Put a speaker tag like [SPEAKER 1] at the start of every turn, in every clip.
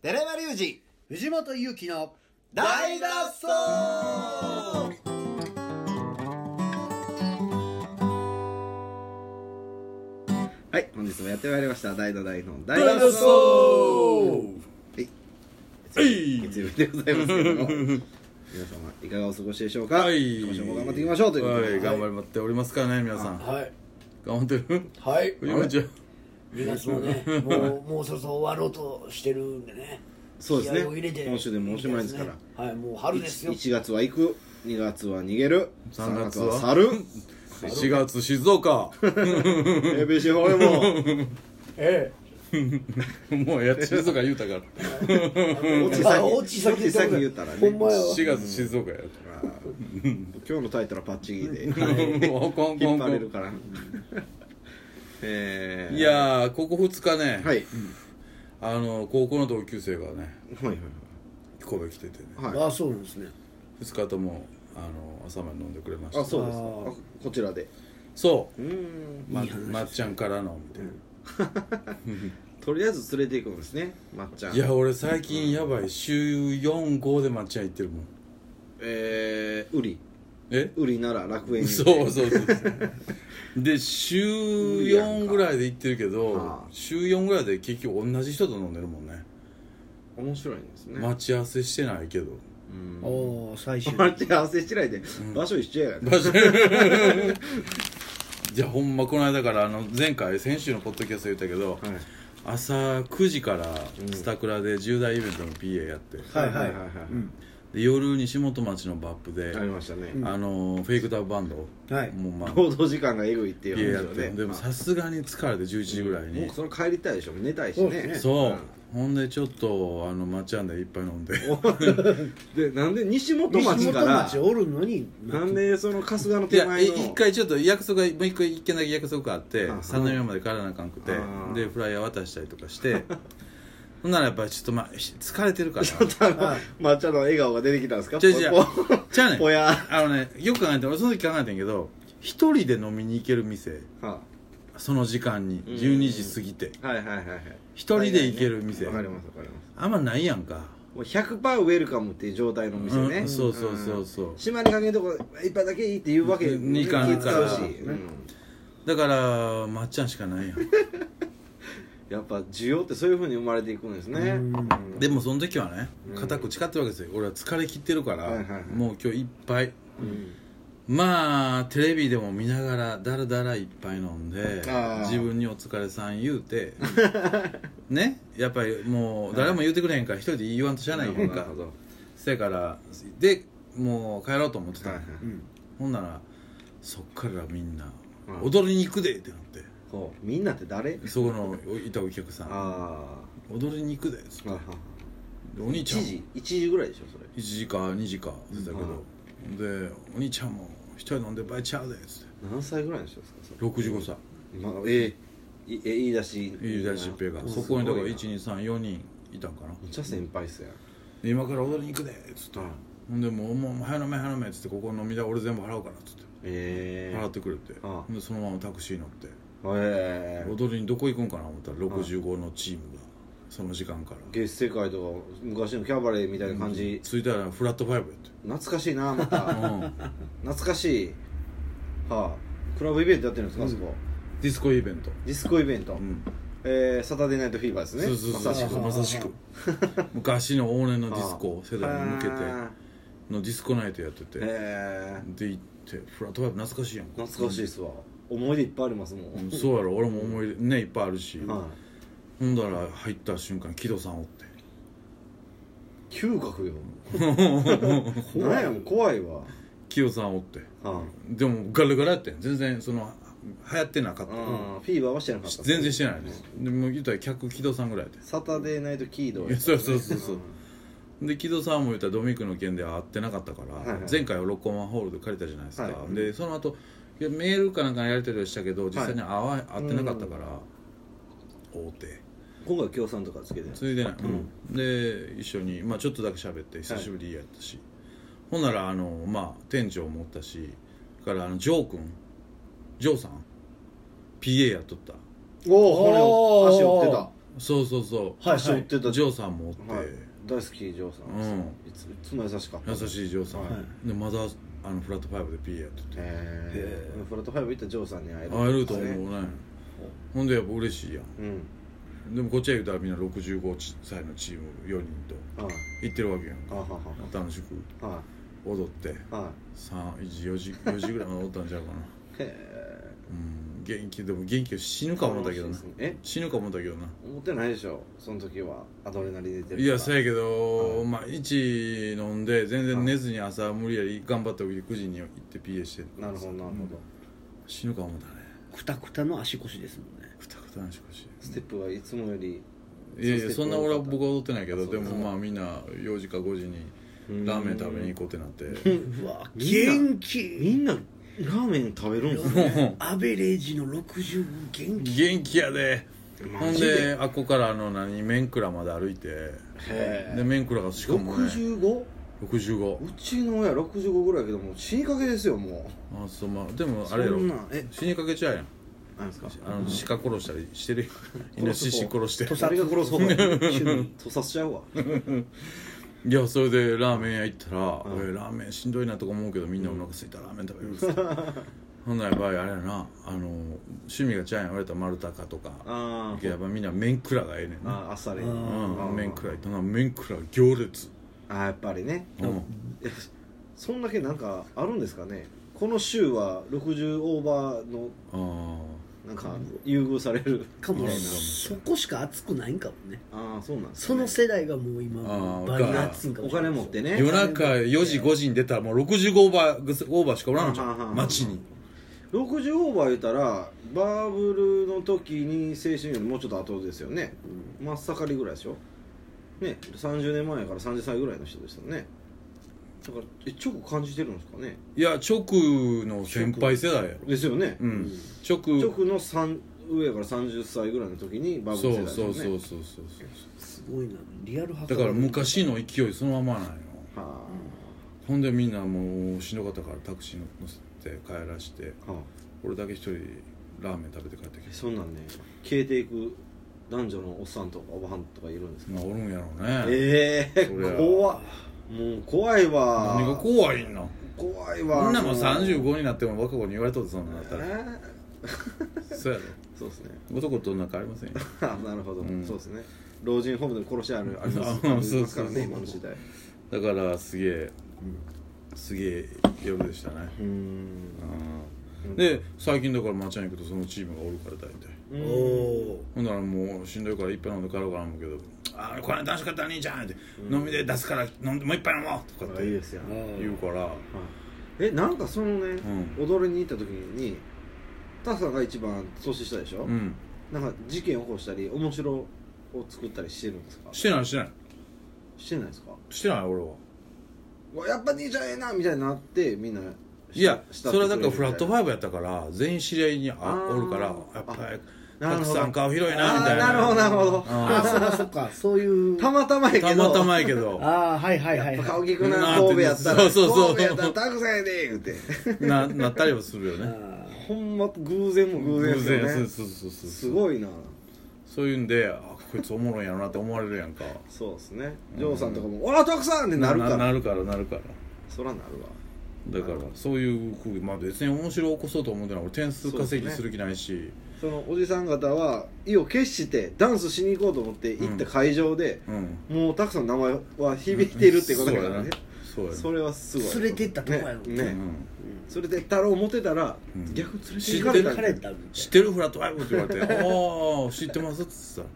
[SPEAKER 1] 寺山隆
[SPEAKER 2] 二藤本勇樹の
[SPEAKER 1] 二大脱走はい本日もやってまいりました大の大の大脱走はい月曜日でございます けども皆様いかがお過ごしでしょうか、
[SPEAKER 3] はい
[SPEAKER 1] 今週も頑張っていきましょうということで、
[SPEAKER 3] はい、頑張っておりますからね皆さん
[SPEAKER 2] はい
[SPEAKER 3] 頑張ってる
[SPEAKER 2] はい
[SPEAKER 3] 藤本ちゃん
[SPEAKER 2] 2月もねもうもうそろそろ終わろうとしてるんでね
[SPEAKER 1] そうですね
[SPEAKER 2] 気合を入れて
[SPEAKER 1] 今週でもうおしまいですから
[SPEAKER 2] はいもう春ですよ
[SPEAKER 1] 1, 月は行く2月は逃げる
[SPEAKER 3] 三
[SPEAKER 1] 3
[SPEAKER 3] 月
[SPEAKER 1] 月
[SPEAKER 3] は
[SPEAKER 1] は去る
[SPEAKER 3] 4月静岡
[SPEAKER 1] ABC ホルモン
[SPEAKER 2] え
[SPEAKER 3] もうやっと静岡言うたから
[SPEAKER 1] 落ち
[SPEAKER 2] あ
[SPEAKER 1] 先
[SPEAKER 2] 落ち先
[SPEAKER 1] 落ち先言ったら
[SPEAKER 2] え
[SPEAKER 1] ね
[SPEAKER 2] ほんまやわ
[SPEAKER 3] 4月静岡や
[SPEAKER 1] あー今日のタイトルはパッチギで
[SPEAKER 3] もうこんこ
[SPEAKER 1] 引っ
[SPEAKER 3] ん
[SPEAKER 1] 張
[SPEAKER 3] こ
[SPEAKER 1] れる
[SPEAKER 3] ん
[SPEAKER 1] からえー
[SPEAKER 3] いやーここ2日ね、
[SPEAKER 1] はい
[SPEAKER 3] あの高校の同級生がね
[SPEAKER 1] はい
[SPEAKER 3] 神戸来ててね
[SPEAKER 1] はいはい
[SPEAKER 2] あそうなんですね
[SPEAKER 3] 2日ともあの朝まで飲んでくれまし
[SPEAKER 1] あ
[SPEAKER 3] た
[SPEAKER 1] そうです
[SPEAKER 2] あー
[SPEAKER 1] あこちらで
[SPEAKER 3] そう
[SPEAKER 1] うーん
[SPEAKER 3] ま
[SPEAKER 2] いい話
[SPEAKER 3] まっちゃんからのみたいな、
[SPEAKER 1] とりあえず連れていくんですねまっちゃん
[SPEAKER 3] いや俺最近やばい週45でまっちゃん行ってるもん
[SPEAKER 1] えーウリ
[SPEAKER 3] え
[SPEAKER 1] ウリなら楽園に
[SPEAKER 3] そうそうそうで週4ぐらいで行ってるけ
[SPEAKER 1] あ
[SPEAKER 3] ど
[SPEAKER 1] あ
[SPEAKER 3] 週4ぐらいで結局同じ人と飲んでるもんね
[SPEAKER 1] 面白いんですね
[SPEAKER 3] 待ち合わせしてないけど
[SPEAKER 1] うん
[SPEAKER 2] おお最終
[SPEAKER 1] 待って合わせしないで場所一緒やから
[SPEAKER 3] じゃあほんまこの間からあの前回先週のポッドキャストで言ったけど、
[SPEAKER 1] はい
[SPEAKER 3] 朝9時からスタクラで重大イベントの PA やって、
[SPEAKER 2] はいはい
[SPEAKER 1] はいはい
[SPEAKER 3] で夜西本町のバップで、
[SPEAKER 1] ありましたね
[SPEAKER 3] あのフェイクダウンバンド、
[SPEAKER 2] はい
[SPEAKER 3] もうまあ
[SPEAKER 1] 労働時間がえぐいってい
[SPEAKER 3] PA
[SPEAKER 1] う
[SPEAKER 3] やっ
[SPEAKER 1] 話を
[SPEAKER 3] て、
[SPEAKER 1] ね
[SPEAKER 3] でもさすがに疲れて11時ぐらいに、
[SPEAKER 1] もうその帰りたいでしょ寝たいし
[SPEAKER 2] そうです
[SPEAKER 1] ね
[SPEAKER 2] ね
[SPEAKER 3] そう、ほんでちょっとあの抹茶あんでいっぱい飲んで
[SPEAKER 1] でなんで西本
[SPEAKER 2] 西
[SPEAKER 1] 町
[SPEAKER 2] 本
[SPEAKER 1] から
[SPEAKER 2] 町おるのに
[SPEAKER 1] なんでその春日の
[SPEAKER 3] い
[SPEAKER 1] 手
[SPEAKER 3] や
[SPEAKER 1] 前
[SPEAKER 3] い
[SPEAKER 1] の
[SPEAKER 3] 一回ちょっと約束がもう一回一件だけ約束があって
[SPEAKER 1] ああ
[SPEAKER 3] 三宮まで帰らなあかんくて
[SPEAKER 1] ああ
[SPEAKER 3] でフライヤー渡したりとかして ほんならやっぱりちょっとまあし疲れてるから
[SPEAKER 2] はい
[SPEAKER 1] 抹茶の笑顔が出てきたんですか
[SPEAKER 3] じゃじゃ
[SPEAKER 1] ぽぽ
[SPEAKER 3] じゃあね
[SPEAKER 1] ぽや
[SPEAKER 3] あのねよく考えて俺その時考えてんけど一人で飲みに行ける店
[SPEAKER 1] は
[SPEAKER 3] その時間に
[SPEAKER 1] うん
[SPEAKER 3] 12時過ぎて
[SPEAKER 1] あはいはいはいはい
[SPEAKER 3] 一人で行ける店
[SPEAKER 1] わかりますわかります
[SPEAKER 3] あんまないやんか
[SPEAKER 1] もう100%ウェルカムっていう状態のお店ね、
[SPEAKER 3] うんそうそうそうそう
[SPEAKER 1] 島に限るとこ一杯だけいいって言うわけ
[SPEAKER 3] うんいかん
[SPEAKER 1] 気使うし、
[SPEAKER 3] から
[SPEAKER 1] うん
[SPEAKER 3] だから抹茶しかないやん
[SPEAKER 1] やっぱ需要ってそういうふうに生まれていくんですね
[SPEAKER 2] うん
[SPEAKER 3] でもその時はね
[SPEAKER 1] うん
[SPEAKER 3] 固く誓ってるわけですよ俺は疲れ切ってるから、
[SPEAKER 1] はいはいはい
[SPEAKER 3] もう今日いっぱい
[SPEAKER 1] うん
[SPEAKER 3] まあテレビでも見ながらだらだらいっぱい飲んで
[SPEAKER 1] あー
[SPEAKER 3] 自分にお疲れさん言う てねやっぱりもう誰も言うてくれへんから一人で言わんとしゃあないやん
[SPEAKER 1] なる
[SPEAKER 3] か
[SPEAKER 1] ほど
[SPEAKER 3] せやからでもう帰ろうと思ってた
[SPEAKER 1] は
[SPEAKER 3] の、
[SPEAKER 1] いはい
[SPEAKER 2] うん
[SPEAKER 3] ほんならそっからみんな
[SPEAKER 1] うん
[SPEAKER 3] 踊りに行くでってなって
[SPEAKER 1] ほうみんなって誰
[SPEAKER 3] そこのいたお客さん
[SPEAKER 1] あ
[SPEAKER 3] 踊りに行くでっつって
[SPEAKER 1] あ
[SPEAKER 3] お兄
[SPEAKER 1] 1
[SPEAKER 3] ちゃん
[SPEAKER 1] 時1時ぐらいでしょそれ
[SPEAKER 3] 1時か2時か出てたけど、でお兄ちゃんも一人飲んでバイちゃうでっつって
[SPEAKER 1] 何歳ぐらいの人ですかそれ
[SPEAKER 3] 65歳
[SPEAKER 1] まあ、ええいえいいだし
[SPEAKER 3] いい大疾病がそこにだから1234人いたんかな
[SPEAKER 1] めっちゃ先輩っすやん
[SPEAKER 3] で今から踊りに行くでっつってほんでもうもうもう早飲め早飲めっつってここ飲み代俺全部払うからっつって
[SPEAKER 1] ええ
[SPEAKER 3] 払ってくれて
[SPEAKER 1] ああ
[SPEAKER 3] でそのままタクシー乗って
[SPEAKER 1] ええ
[SPEAKER 3] 踊りにどこ行くんかな思ったら65のチームがその時間から
[SPEAKER 1] 月世界とか昔のキャバレーみたいな感じ、
[SPEAKER 3] 着いたらフラットファイブやって
[SPEAKER 1] 懐かしいなまた
[SPEAKER 3] うん
[SPEAKER 1] 懐かしいはあクラブイベントやってるんですか、あそこ
[SPEAKER 3] ディスコイベント
[SPEAKER 1] ディスコイベント、
[SPEAKER 3] うん
[SPEAKER 1] えーサタデーナイトフィーバーですね
[SPEAKER 3] そうそうそう
[SPEAKER 1] まさしく
[SPEAKER 3] まさしく昔の往年のディスコ世代に向けて
[SPEAKER 1] あ
[SPEAKER 3] のディスコナイトやってて
[SPEAKER 1] ーえ
[SPEAKER 3] で行ってフラットファイブ懐かしいやん
[SPEAKER 1] え
[SPEAKER 3] か
[SPEAKER 1] 懐かしいっすわ思い出いっぱいありますもん、
[SPEAKER 3] うんそうやろ俺も思い出ねいっぱいあるし
[SPEAKER 1] はい、
[SPEAKER 3] ほんだら入った瞬間木戸さんおって
[SPEAKER 1] 嗅覚よ なんやもう怖いわ、
[SPEAKER 3] 木戸さんおって
[SPEAKER 1] は
[SPEAKER 3] でもガラガラやってん全然そのは流行ってなかっ
[SPEAKER 1] あ
[SPEAKER 3] た、
[SPEAKER 1] うんフィーバーはしてなかった
[SPEAKER 3] 全然してないですでもう言ったら客木戸さんぐらいやっ
[SPEAKER 1] サタデーナイトキード
[SPEAKER 3] てそうそうそうそう
[SPEAKER 1] うん
[SPEAKER 3] で木戸さんも言ったらドミクの件では会ってなかったから、
[SPEAKER 1] はいはい
[SPEAKER 3] 前回はロコマンホールで借りたじゃないですか、
[SPEAKER 1] はい
[SPEAKER 3] でその後いやメールかなんかやり取りをしたけど実際に会わ、会ってなかったから会うて
[SPEAKER 1] 今回協賛とかつけて
[SPEAKER 3] ついでない、うんで一緒に、まあ、ちょっとだけ喋って久しぶりやったし、ほんならあの、まあ、店長もおったしからあのジョー君ジョーさん PA やっとった
[SPEAKER 1] おお骨を足折ってた
[SPEAKER 3] そうそうそう、
[SPEAKER 1] はいはい
[SPEAKER 3] ジョーさんもおって、
[SPEAKER 1] はい、大好きジョーさん、
[SPEAKER 3] うん
[SPEAKER 1] いついつも優しかった
[SPEAKER 3] 優しいジョーさん、
[SPEAKER 1] はい
[SPEAKER 3] でまだあのフラットファイブで P やってて
[SPEAKER 1] え
[SPEAKER 2] へ
[SPEAKER 1] ー、フラットファイブ行ったジョーさんに会える
[SPEAKER 3] 会えると思うね
[SPEAKER 1] ね
[SPEAKER 3] ほんでやっぱ嬉しいや
[SPEAKER 1] う
[SPEAKER 3] ん
[SPEAKER 1] ん
[SPEAKER 3] でもこっちへ言うたらみんな65歳のチーム4人と
[SPEAKER 1] あ
[SPEAKER 3] 行ってるわけやん
[SPEAKER 1] ああはは
[SPEAKER 3] 楽しく
[SPEAKER 1] はは
[SPEAKER 3] 踊って
[SPEAKER 1] は
[SPEAKER 3] 3時4時4時ぐらいまで踊ったんちゃうかな
[SPEAKER 1] いへ
[SPEAKER 3] うん元気でも元気死ぬか思ったけどな
[SPEAKER 1] 楽しいですねえ
[SPEAKER 3] 死ぬか思ったけどな
[SPEAKER 1] え思ってないでしょその時はアドレナリン出てるから
[SPEAKER 3] いやせやけど、
[SPEAKER 1] はい
[SPEAKER 3] まあ1飲んで全然寝ずに朝無理やり頑張って起きて9時に行って PA して
[SPEAKER 1] なるほどなるほど、
[SPEAKER 3] 死ぬか思ったね
[SPEAKER 2] くたくたの足腰ですもんね
[SPEAKER 3] くたくたなしかし
[SPEAKER 1] ステップはいつもより
[SPEAKER 3] いやいやそんな俺は僕は踊ってないけ
[SPEAKER 1] あ
[SPEAKER 3] ど
[SPEAKER 1] そう
[SPEAKER 3] で
[SPEAKER 1] です
[SPEAKER 3] もまあみんな4時か5時にラーメン食べに行こうってなって
[SPEAKER 2] うわ
[SPEAKER 1] みんな
[SPEAKER 2] 元
[SPEAKER 1] み
[SPEAKER 2] 気
[SPEAKER 1] んなラーメン食べるんすね
[SPEAKER 3] も
[SPEAKER 2] アベレージの60元気
[SPEAKER 3] 元気やでほ
[SPEAKER 1] マ
[SPEAKER 3] ん
[SPEAKER 1] ジで
[SPEAKER 3] であっこからあの何麺倉まで歩いて
[SPEAKER 1] へ
[SPEAKER 3] で
[SPEAKER 1] え
[SPEAKER 3] 麺倉がしかもね
[SPEAKER 1] 65?
[SPEAKER 3] 65
[SPEAKER 1] うちの親65ぐらいやけどもう死にかけですよも
[SPEAKER 3] あそうまあでもあれやろ
[SPEAKER 1] そんなえ
[SPEAKER 3] 死にかけちゃうやん
[SPEAKER 1] うなんですか
[SPEAKER 3] あの鹿殺したりしてるやんイノシシ殺して
[SPEAKER 1] 屠殺が殺そうだよ急に屠殺しちゃうわ
[SPEAKER 3] いやそれでラーメン屋行ったら「
[SPEAKER 1] ん
[SPEAKER 3] えーラーメンしんどいな」とか思うけどみんなお腹空すいたらラーメン食べるっつ ってほんならやっぱりあれやなあの趣味がちゃうやん言われたら丸高とか
[SPEAKER 1] あ
[SPEAKER 3] やっぱみんな麺クラがええねんな
[SPEAKER 1] ああっさり
[SPEAKER 3] うん麺クラ行ったな麺クラ行列
[SPEAKER 1] あーやっぱりね
[SPEAKER 3] うん
[SPEAKER 1] えそんだけなんかあるんですかねこの週は60オーバーの
[SPEAKER 3] あー
[SPEAKER 1] なんか優遇される
[SPEAKER 2] かも
[SPEAKER 1] みたいな
[SPEAKER 2] そこしか熱くないんかもね
[SPEAKER 1] ああそうなんです
[SPEAKER 2] そ
[SPEAKER 1] ね
[SPEAKER 2] の世代がもう今
[SPEAKER 3] あー
[SPEAKER 2] バリ熱いんかも
[SPEAKER 1] お
[SPEAKER 2] しれな
[SPEAKER 1] 金
[SPEAKER 2] い
[SPEAKER 1] 持ってね
[SPEAKER 3] 夜中4時5時に出たらもう65オーバーぐすオーバーしかおらんのじゃ
[SPEAKER 1] あはは
[SPEAKER 3] ん街に
[SPEAKER 1] 60オーバー言うたらバブルの時に青春よりもうちょっと後ですよね、真っ盛りぐらいでしょね30年前やから30歳ぐらいの人でしたねだからえチョコ感じてるんですかね
[SPEAKER 3] いや直の先輩世代やろ
[SPEAKER 1] ですよね、
[SPEAKER 3] うん直
[SPEAKER 1] チョコの3上やから30歳ぐらいの時にバブル世
[SPEAKER 3] そ
[SPEAKER 1] 代
[SPEAKER 3] う
[SPEAKER 1] ですよ
[SPEAKER 3] そ
[SPEAKER 1] ね
[SPEAKER 3] うそうそうそうそう
[SPEAKER 2] すごいなリアル派
[SPEAKER 3] だから昔の勢いそのままなんよ
[SPEAKER 1] は
[SPEAKER 3] ほんでみんなもうしんどかったからタクシーに乗せて帰らして
[SPEAKER 1] あ、はあ、
[SPEAKER 3] 俺だけ一人ラーメン食べて帰ってき
[SPEAKER 1] え
[SPEAKER 3] て
[SPEAKER 1] そんなんね消えていく男女のおっさんとかおばはんとかいるんですか
[SPEAKER 3] まあおるんやろうね
[SPEAKER 1] ええ
[SPEAKER 3] そりゃ
[SPEAKER 1] 怖っもう怖いわ
[SPEAKER 3] 何が怖いんな
[SPEAKER 1] 怖いわ
[SPEAKER 3] みんなも
[SPEAKER 1] え
[SPEAKER 3] 35になっても若子に言われとるそんなんなったら
[SPEAKER 1] ー
[SPEAKER 3] そうや
[SPEAKER 1] そうですね
[SPEAKER 3] ろ男となんかありませんよ
[SPEAKER 1] あなるほど、
[SPEAKER 3] ん
[SPEAKER 1] そうですね老人ホームで殺し合いあるありますあ
[SPEAKER 3] あ
[SPEAKER 1] りま
[SPEAKER 3] そう
[SPEAKER 1] すから
[SPEAKER 3] そうそう
[SPEAKER 1] ね今の時代
[SPEAKER 3] だからすげえすげえ夜でしたね
[SPEAKER 1] うーん
[SPEAKER 3] うんで最近だからマーチャン行くとそのチームがおるから大体
[SPEAKER 2] お
[SPEAKER 1] うーん
[SPEAKER 2] お
[SPEAKER 3] ほんならもうしんどいから一杯飲んで帰ろうかな思うけど「ああこれ楽しかった兄ちゃん」って「飲みで出すから飲んでもう一杯飲もう」とかっ
[SPEAKER 1] あ
[SPEAKER 3] て
[SPEAKER 1] いいですよ、はい
[SPEAKER 3] 言うから
[SPEAKER 1] えなんかそのね、
[SPEAKER 3] う
[SPEAKER 1] 踊りに行った時にタさんが一番年下でしょ、
[SPEAKER 3] うん
[SPEAKER 1] なんか事件起こしたり面白を作ったりしてるんですか
[SPEAKER 3] してないしてない
[SPEAKER 1] してないですか
[SPEAKER 3] してない俺は
[SPEAKER 1] うわやっぱ兄ちゃんええなみたいになってみんない
[SPEAKER 3] やそれはだからフラットフ
[SPEAKER 1] イ
[SPEAKER 3] ァイブやったから全員知り合いにあ
[SPEAKER 1] ー
[SPEAKER 3] おるからやっぱりたくさん顔広いなみ
[SPEAKER 1] あ
[SPEAKER 3] た
[SPEAKER 1] ー
[SPEAKER 3] いな
[SPEAKER 1] なるほどなるほど
[SPEAKER 2] あ
[SPEAKER 3] あ
[SPEAKER 2] そうかそうかそういう
[SPEAKER 1] ー たまたまやけど
[SPEAKER 3] たまたまやけ ど
[SPEAKER 2] ああはいはいはいはい
[SPEAKER 1] 顔聞くな神戸やった
[SPEAKER 3] そう
[SPEAKER 1] ら
[SPEAKER 3] そうそう
[SPEAKER 1] 神戸やったらたくさんやで言うて
[SPEAKER 3] ななったりはするよね
[SPEAKER 2] あー
[SPEAKER 1] ほんま偶然も偶然ですよね
[SPEAKER 3] そうそうそうそう
[SPEAKER 1] すごいな
[SPEAKER 3] そういうんであこいつおもろいんやろなって思われるやんか
[SPEAKER 1] そうですねジョーさんとかも「おらたくさん!」ってなるから
[SPEAKER 3] なるからなるから
[SPEAKER 1] そらなるわ
[SPEAKER 3] だからそういうふうにまあ別に面白を起こそうと思ってない俺点数稼ぎする気ないし、
[SPEAKER 1] そのおじさん方は意を決してダンスしに行こうと思って行った会場で、
[SPEAKER 3] うん
[SPEAKER 1] もうたくさんの名前は響いてるってことだ
[SPEAKER 3] や
[SPEAKER 1] からね
[SPEAKER 3] そうやな
[SPEAKER 1] それはすご
[SPEAKER 2] 連
[SPEAKER 1] い
[SPEAKER 2] れてったとこやろ
[SPEAKER 1] ねね、
[SPEAKER 3] うん
[SPEAKER 1] 連れてったろう思ってたら、
[SPEAKER 3] ん
[SPEAKER 1] 逆に連れて
[SPEAKER 3] 知
[SPEAKER 1] 行
[SPEAKER 3] っ
[SPEAKER 1] か
[SPEAKER 3] て
[SPEAKER 1] れ
[SPEAKER 3] る
[SPEAKER 1] た
[SPEAKER 2] 疲
[SPEAKER 1] んだ
[SPEAKER 2] れたみたいな
[SPEAKER 3] 知ってるフラットファイブって 言われて「ああ知ってます」っつったら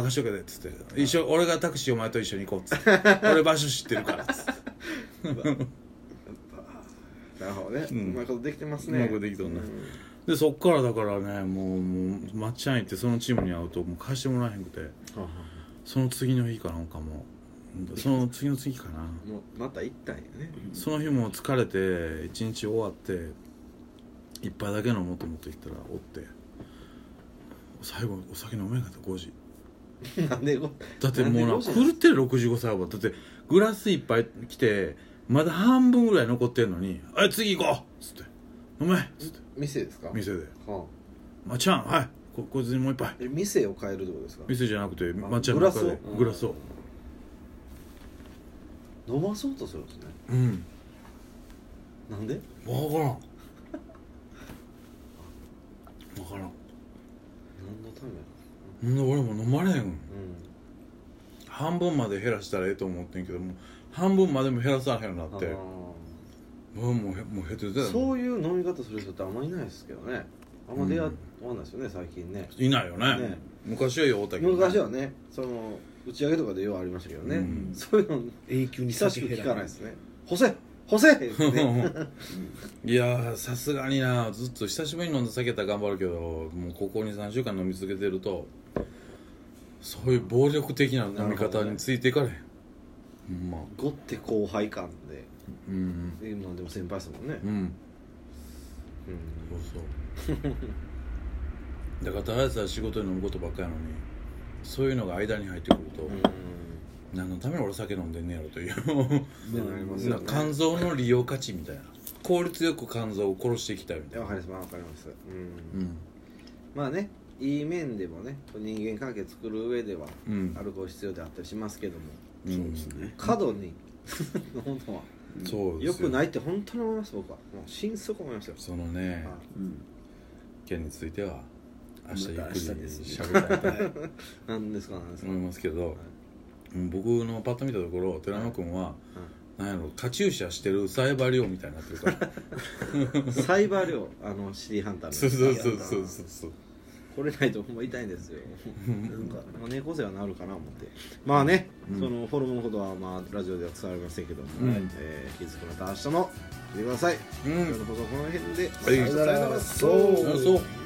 [SPEAKER 3] 「任しとけ」っつって「一緒俺がタクシーお前と一緒に行こう」っつって 「俺場所知ってるから」っつって
[SPEAKER 1] なるほどね、うまいことできてます
[SPEAKER 3] う
[SPEAKER 1] ね
[SPEAKER 3] まくできたんだ、でそっからだからねもうもうまっちゃん行ってそのチームに会うともう貸してもらえへんくて
[SPEAKER 1] は
[SPEAKER 3] その次の日かなんかもうその次の次かな
[SPEAKER 1] あもうまた行ったんやね
[SPEAKER 3] その日も疲れて一日終わって一杯だけ飲もうと思って行ったらおって最後お酒飲めなかった5時
[SPEAKER 1] なんでご
[SPEAKER 3] だってもうな
[SPEAKER 1] なんで
[SPEAKER 3] 狂
[SPEAKER 1] ご
[SPEAKER 3] ってる65歳はだってグラス一杯来てまだ半分ぐらい残ってんのに「あ次行こう!」っつって「飲め!」っつって
[SPEAKER 1] 店ですか
[SPEAKER 3] 店で
[SPEAKER 1] は
[SPEAKER 3] 「まっちゃんはいここいつにもう一杯
[SPEAKER 1] え店を変えるってことですか
[SPEAKER 3] 店じゃなくて
[SPEAKER 1] あ
[SPEAKER 3] 抹茶の中で
[SPEAKER 2] グ
[SPEAKER 3] グ
[SPEAKER 2] ラ
[SPEAKER 3] ラ
[SPEAKER 2] ス
[SPEAKER 3] ス
[SPEAKER 2] を
[SPEAKER 3] を
[SPEAKER 1] 飲まそうとするんですね
[SPEAKER 3] うん
[SPEAKER 1] なんで
[SPEAKER 3] 分からん分からん
[SPEAKER 1] 何のためなの
[SPEAKER 3] なんで俺も飲まれへん
[SPEAKER 1] う
[SPEAKER 3] 半分まで減らしたらええと思ってんけどもう半分までも減らされへんようになって
[SPEAKER 1] ん
[SPEAKER 3] もうもうへもう減って
[SPEAKER 1] あー
[SPEAKER 3] て
[SPEAKER 1] そういう飲み方する人ってあんまいないですけどねあんま出会わないですよね最近ね
[SPEAKER 3] いないよね
[SPEAKER 1] ね
[SPEAKER 3] 昔はようおったけどね、
[SPEAKER 1] 昔はねその打ち上げとかでようありましたけどね、
[SPEAKER 3] うん
[SPEAKER 1] そういうの
[SPEAKER 2] 永久に酒
[SPEAKER 1] 久しく
[SPEAKER 2] 減
[SPEAKER 1] 聞
[SPEAKER 2] ら
[SPEAKER 1] かないですね「干せ干せ!」って ね
[SPEAKER 3] いやーさすがになずっと久しぶりに飲んだ酒やったら頑張るけどもうここに3週間飲み続けてるとそういう暴力的な飲み方についていかれへんほんま
[SPEAKER 1] ごって後輩感で
[SPEAKER 3] うん
[SPEAKER 1] えまあでも先輩ですもんね
[SPEAKER 3] うんうん
[SPEAKER 1] うん
[SPEAKER 3] そうそう だからただでさえ仕事で飲むことばっかりなのにそういうのが間に入ってくると、
[SPEAKER 1] う
[SPEAKER 3] 何のために俺酒飲んでんねやろという
[SPEAKER 1] ってなります
[SPEAKER 3] な
[SPEAKER 1] よ
[SPEAKER 3] ん
[SPEAKER 1] ね
[SPEAKER 3] か肝臓の利用価値みたいな効率よく肝臓を殺していきたいみたい
[SPEAKER 1] わ
[SPEAKER 3] な
[SPEAKER 1] かりますわかりますうん、
[SPEAKER 3] うん
[SPEAKER 1] まあねいい面でもね人間関係作る上では
[SPEAKER 3] うん
[SPEAKER 1] アルコール必要であったりしますけども
[SPEAKER 3] うん
[SPEAKER 2] そうですね
[SPEAKER 1] 過度 に本当は
[SPEAKER 3] そうです
[SPEAKER 1] よくないいって本当に思います僕はもう心底思いますよ
[SPEAKER 3] そのね
[SPEAKER 1] はい
[SPEAKER 2] うん
[SPEAKER 3] 件については明日ゆっ
[SPEAKER 2] また
[SPEAKER 3] く
[SPEAKER 2] 明
[SPEAKER 3] り
[SPEAKER 2] 日です
[SPEAKER 3] しゃべりたいと
[SPEAKER 1] なんですかなんですか、
[SPEAKER 3] 思いますけどうん僕のパッと見たところ寺山君はなんやろカチューシャしてるサイバー量みたいにな ってるから
[SPEAKER 1] うんサイバー量あのシティハンターの
[SPEAKER 3] そう そうそうそうそうそう
[SPEAKER 1] これないとほんま痛いんですよなんか、まあ、猫背はなるかな思ってまあね、
[SPEAKER 3] うん
[SPEAKER 1] そのフォルムのことはまあラジオでは伝わりませんけども、
[SPEAKER 3] うん
[SPEAKER 1] えー、気づくまた明日も来てください、
[SPEAKER 3] うん
[SPEAKER 1] 今日の放送はこの辺で、
[SPEAKER 3] はい
[SPEAKER 1] さよなら
[SPEAKER 2] そう
[SPEAKER 3] あそう